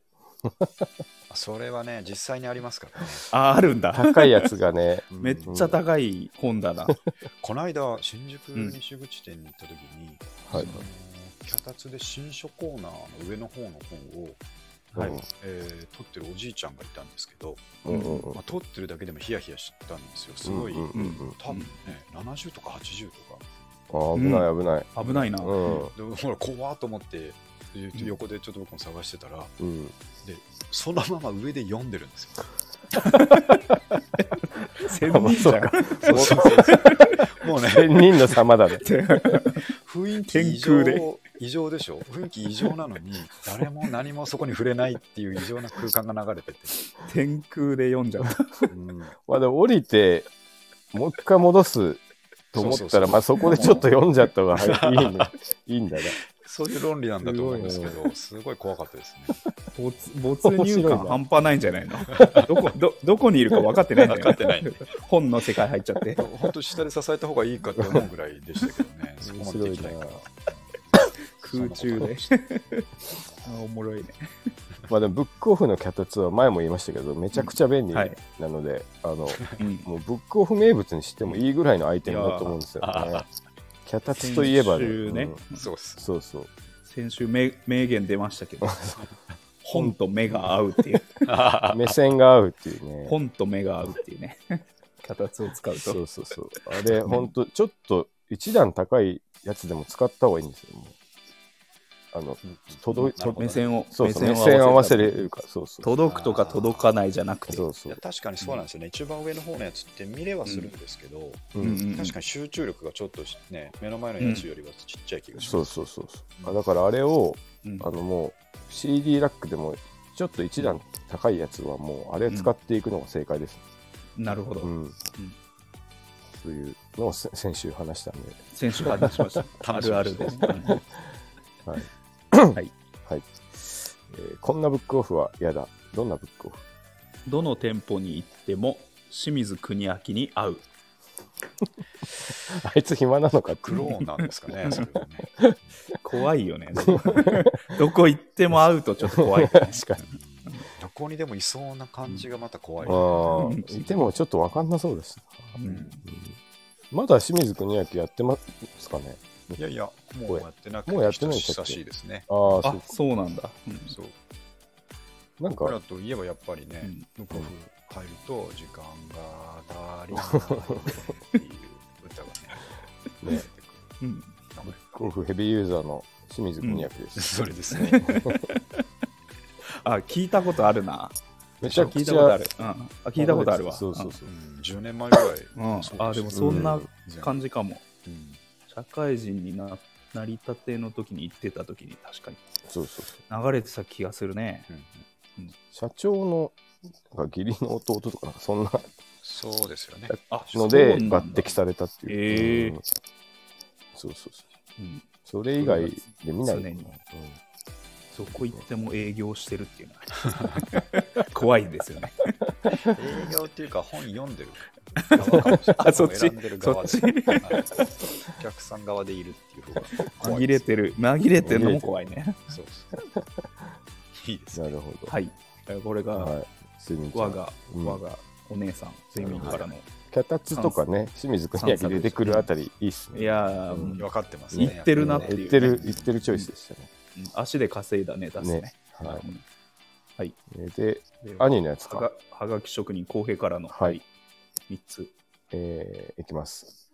それはね、実際にありますからね。ああるんだ高いやつが ね、うんめっちゃ高い本だなこの間、新宿西口店に行った時に、はいその脚立で新書コーナーの上の方の本を、はいうんえー撮ってるおじいちゃんがいたんですけど、うんうんうんまあ、撮ってるだけでもヒヤヒヤしたんですよ。すごい、うんうんうん多分ね、70とか80とか。あ危ない危ない。危ないな、うんでほら、怖ーと思って、で横でちょっと僕も探してたら、うん。そのまま上で読んでるんですよ。千人じゃんそうそうそうもうね、千人の様だね。雰囲気天異空常で異常でしょ雰囲気異常なのに、誰も何もそこに触れないっていう異常な空間が流れてて。天空で読んじゃったうんまあでも降りて、もう一回戻すと思ったら、そうそうそうまあそこでちょっと読んじゃった方がいい ねいいんだね。そういう論理なんだと思うんですけど、すごい怖かったですね。没没入感半端ないんじゃないのどこどどこにいるか分かってないんだよ、ね、分かってない本の世界入っちゃって本当下で支えた方がいいかって思うぐらいでしたけど ね、そこまでできないから。空中で あおもろいねまあでもブックオフの脚立は前も言いましたけど、めちゃくちゃ便利うんはいなので、あの、うんもうブックオフ名物にしてもいいぐらいのアイテムだと思うん ですよいやね。脚立といえば先週ね、うんそうです。そうそう。先週名名言出ました けど本と目が合うっていう目線が合うっていうね。本と目が合うっていうね形を使うそとうそうそう。あれ、ほんと、ちょっと一段高いやつでも使った方がいいんですよ。もうあの、届い、なるほど目線をそうそう、目線合わせれるから、そうそう。届くとか届かないじゃなくてそういそやう。確かにそうなんですよね、一番上の方のやつって見れはするんですけど、ううんうんん、うん確かに集中力がちょっとね、目の前のやつよりはちっちゃい気がしそまうす。そうそうそう。あだからあれを、うんあのもう CD ラックでも、ちょっと一段高いやつはもう、あれ使っていくのが正解です。なるほど。うん。というのをせ先週話したんで、先週話しました。あ 楽しみるあるです。うんはい。はい。はい。えーこんなブックオフは嫌だ。どんなブックオフどの店舗に行っても清水国明に会 う。あいつ暇なのかってクローンなんですかね、それはね。怖いよね。 どこ行っても会うとちょっと 怖い。 確かに。どこにでもいそうな感じがまた怖い。ああ、でもちょっと分かんなそうです。うんまだ清水国明やってますかね。いやいや、もうやってなくもうやってないんだっけ久しいですね。ああ、そあう、そうなんだ。うんそう。なん僕らか、といえばやっぱりね、うんブックオフ入ると時間が足りないっていう歌がね、出てくうんる名前ゴルフヘビーユーザーの清水国明です。それですね。あ、聞いたことあるな。めちゃ聞くいたちことあゃる。うんあ、聞いたことあるわ。そうそうそうう。ん、10年前ぐらい。うんすあでもそんな感じかも。うん社会人にななりたての時に行ってた時に確かにそうそうそう流れてた気がするね。うん社長のなんか義理の弟とか、なんかそんなそうですよね。あのでそうなんだ抜擢されたってへいえう。うんそうそうそう。うんそれ以外で見な常いにうんそこ行っても営業してるっていうのは 怖いですよ ね。営業っていうか本読んでる側かもしれない。あそっち選んでる側でそっちはいお客さん側でいるっていう方が怖い紛でれす。てる、紛れてるのも怖いね。そうそういいですね。なるほど。 はい。これがはい。睡眠中我が、うん我がお姉さん、睡眠からの。脚立とかね、清水国明出てくるあたり、いいっすね。いやー、うん分かってますね。行ってるなっていう、ね。言ってる、言ってるチョイスでしたね。うん足で稼いだネタですね。ねはいうんえーで、で兄のやつはかが。はがき職人公平からの、はい3つ。えーいきます。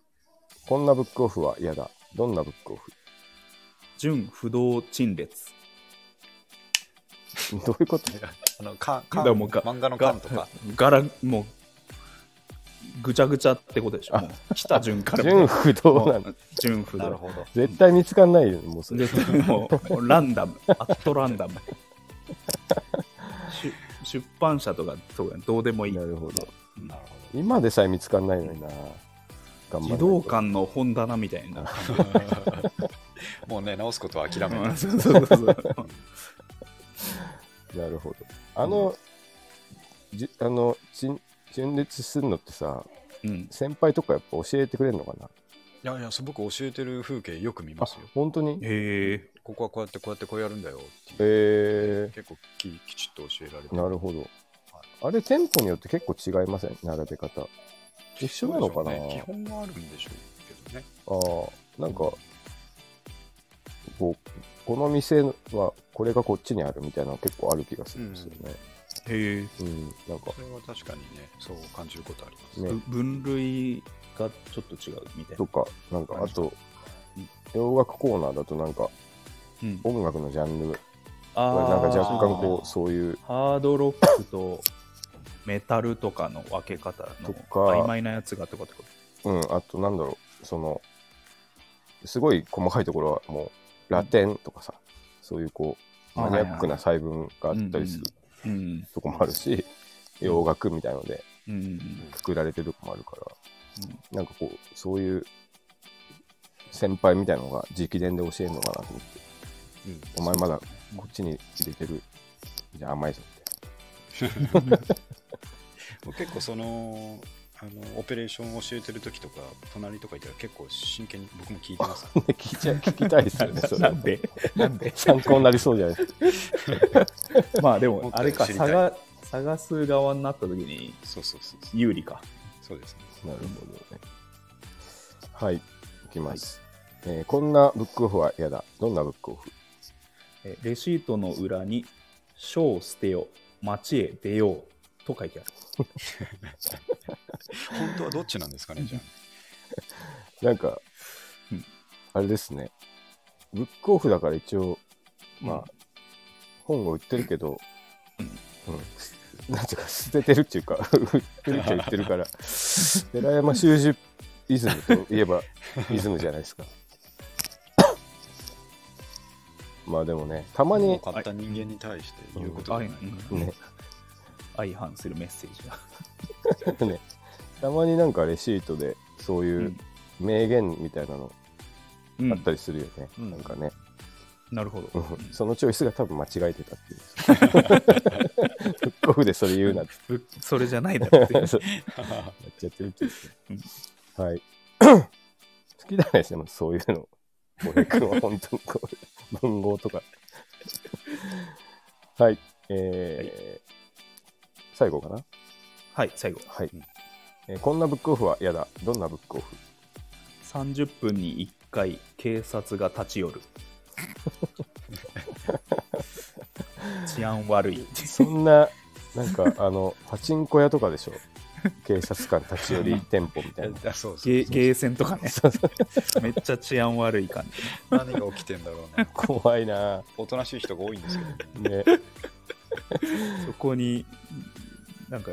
こんなブックオフは嫌だ。どんなブックオフ 純不動陳列。どういうことあの、か、かだからもうが漫画の缶とか。柄、もう、ぐちゃぐちゃってことでしょ。もう来た順から純不動なんだ。もう純不動。なるほど。絶対見つかんないよ、もうそれ。絶対もうランダ ム、アットランダム。出出版社とかそうだねどうでもいいな。るほど。なるほ今でさえ見つかんないのにな。頑張らないと児童館の本棚みたいな。ど。 もうね、直すことは諦めうんます。そうそう そうなるほど。あの、じあの、陳陳列するのってさ、うん先輩とかやっぱ教えてくれるのかないやいや、そう僕教えてる風景よく見あますよ。、本当にへえ。ここはこうやってこうやってこうやるんだよっていう。え結構ききちっと教えられてー、なるほど。あれ、店舗によって結構違いません並べ方。一緒なのかな、どうでしょうね基本はあるんでしょうけどね。ああ、なんか、こう、この店はこれがこっちにあるみたいなの結構ある気がするんですよね。へえ。うん、なんか、それは確かにね、そう感じることあります。ねぶ、分類がちょっと違うみたいとな。か、なんか、あと、洋楽コーナーだとなんか、うん音楽のジャンルあがなんか若干こーう、そういう、ハードロックとメタルとかの分け方のとか曖昧なやつがってことか。うん、あとなんだろう、その、すごい細かいところはもう、ラテンとかさ、そういうこう、あマニアックな細分があったりするうん。とこもあるし、洋楽みたいのでうん。くくられてるとこもあるから、なんかこう、そういう先輩みたいなのが直伝で教えるのかなと思って、うんお前まだこっちに入れてる、じゃあ甘いぞっ僕結構その、あのオペレーションを教えてる時とか、隣とかいたら結構真剣に僕も聞いてます。て。聞いちゃ聞きたいですよ ね、それ。なんでなんで参考になりそうじゃないですか。まあでもっも、とあれか知りたい探、探す側になった時にそうそうそうそう。有利か。そうですね。なるほどね。はい、いきます、えーこんなブックオフは嫌だ。どんなブックオフえレシートの裏に、書を捨てよ、街へ出ようと書いてある。本当はどっちなんですかね、じゃあ。なんかうん、あれですね。ブックオフだから一応、まあ、本を売ってるけど、うん、なんていうか、捨ててるっていうか、 売ってるっちゃ売って るから、寺山修司イズムといえば、イズムじゃないで すか。まあでもね、たまもうに、買った人間に対して言うことじ相ゃないかうんね、相反するメッセージが。あとね、たまになんかレシートで、そういう名言みたいなのうんあったりするよね。うんなんかね、なるほうど。んそのチョイスが多分間違えてたって いう。ブックオフでそれ言うなって。ぶそれじゃないだろうっていうそうやっちゃってるっていうねはい。好きだね、でもそういうの。小平君は本当にこう、文豪とか。はい。えー最後かな。はい、最後。はいうん。えーこんなブックオフは嫌だ。どんなブックオフ30分に1回、警察が立ち寄る。治安悪い。そんな、なんか、あの、 パチンコ屋とかで しょ。警察官立ち寄り店舗みたいな。あそうそうゲーゲーセンとかね。 めっちゃ治安悪い感じ。何が起きてんだろうな怖いなおとなしい人が多いんですけどねぁね。そこに、なんか、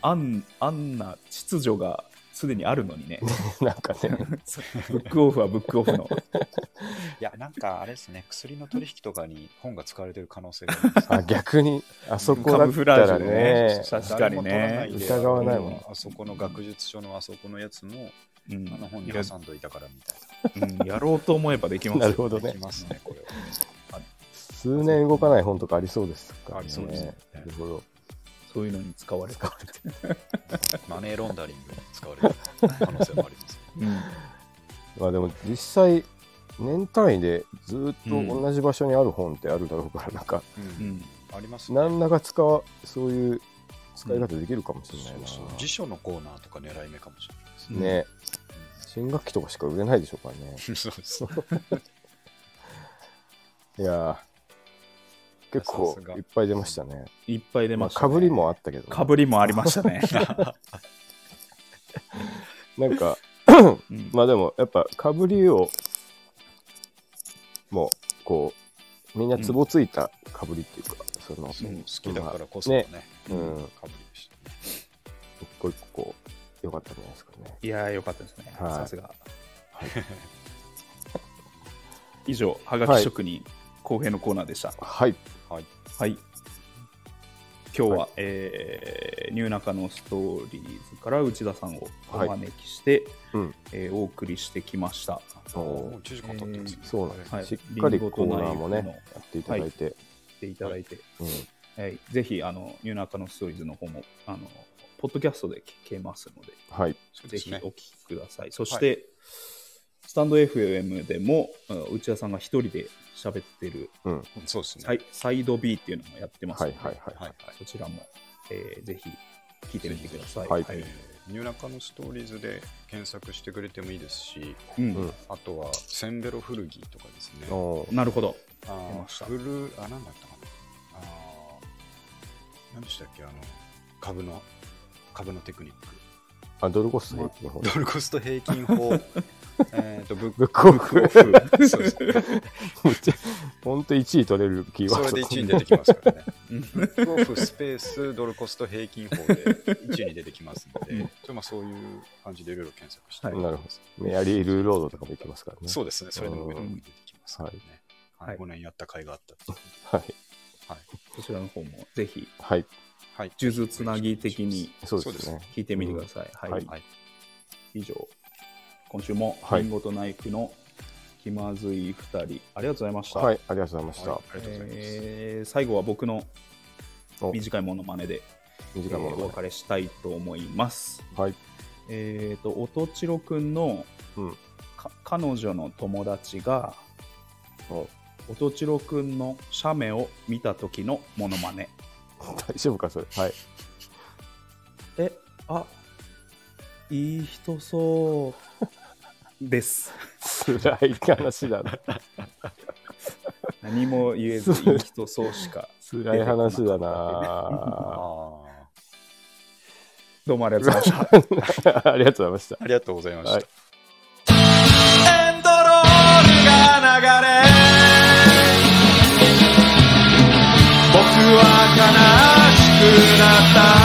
あんあんな秩序がすでにあるのにね。なんかね。ブックオフはブックオフの。いやなんかあれですね薬の取引とかに本が使われてる可能性がありますあ、逆に、あそこカだムっフたラージュらでねね。確かにね疑わないもんあそこの学術書のあそこのやつのうんあの本に挟んどいたからみたいうんやろうと思えばできますよなるほどな。でねき。ますね、これは。数年動かない本とかありそうですからね。ありそうですねなるほど。そういうのに使われた。マネーロンダリングに使われる可能性もあります。うんまあでも実際、年単位でずっと同じ場所にある本ってあるだろうから、なんか、う、うんんありますね。何らか使わ、そういう使い方できるかもしれないそうな。そう辞書のコーナーとか狙い目かもしれないですね。ね、新学期とかしか売れないでしょうからね。 そうそう。いやー、結構さすがいっぱい出ましたね。いっぱい出ままあ、した、かね。ぶり。もあったけどね、かぶりもありました ね。なんか、うんまあでもやっぱかぶりをもうこうみんなつぼついたかぶりっていうか、そのそううん好きだからこそのね、ううんん、かぶりでしたね。一個一個こう良かったんじゃないですかね。いやー、よかったですね。はいさすが。 以上、はがき職人、後編のコーナーでした。はい、はい。今日は、はいえーニューナカのストーリーズから内田さんをお招きして、はいうんえーお送りしてきました。おもうー1時間経ってますね。そうなんです、はいしっかりコーナーもねリンゴとナイフのやっていただいて、していただいて、うん、はい、ぜひあのニューナカのストーリーズの方もあのポッドキャストで聞けますので、はい、そうぜですひねお聞きください。そして、スタンド FM でも、うん内田さんが一人で喋ってるそうですね。サイサイド B っていうのもやってますはのいで、はいははいい。はいそちらも、えーぜひ聞いてみてください。はいえーニューラカのストーリーズで検索してくれてもいいですし、うんうんあとはセンベロ古着とかですね。おーなるほど。あー出ましたフルあなんだったかなあー何でしたっけあの株の株のテクニックあドルコスト平均法ドルコスト平均法えっとブッブッククオフオフそうそうほんと1位取れるキーワそードれで1位に出てきますからねブ ックオフスペースドルコスト平均法で1位に出てきますのうでんちょっとまあそういう感じでいろいろ検索して、はいなるほどメアリー・ルーロードとかもいけますからねそうですねそれでも上の方に出てきますからね、はい5年やった甲斐があったっていうはいそちらの方もぜひ、はいはい数珠つなぎ的にそうですそうねで聞いてみてください。はい。はいはい以上、今週も、はいリンゴとナイフの気まずい2人、ありがとうございました。はいありがとうございました、はいありがとうございます、えー最後は僕のお短いものまねで、え短ーいもおのか別れしたいと思います。はいえっ、と、おとちろくんの、うんか彼女の友達が、おおとちろくんの写メを見た時のものまね。大丈夫かそれはいえ、あいい人そう です。辛い話だな何も言えず、いい人そうしか。辛い話だ あなどうもありがとうございました。ありがとうございましたーありがとうございました、はいエンドロールが流れ僕は悲しくなった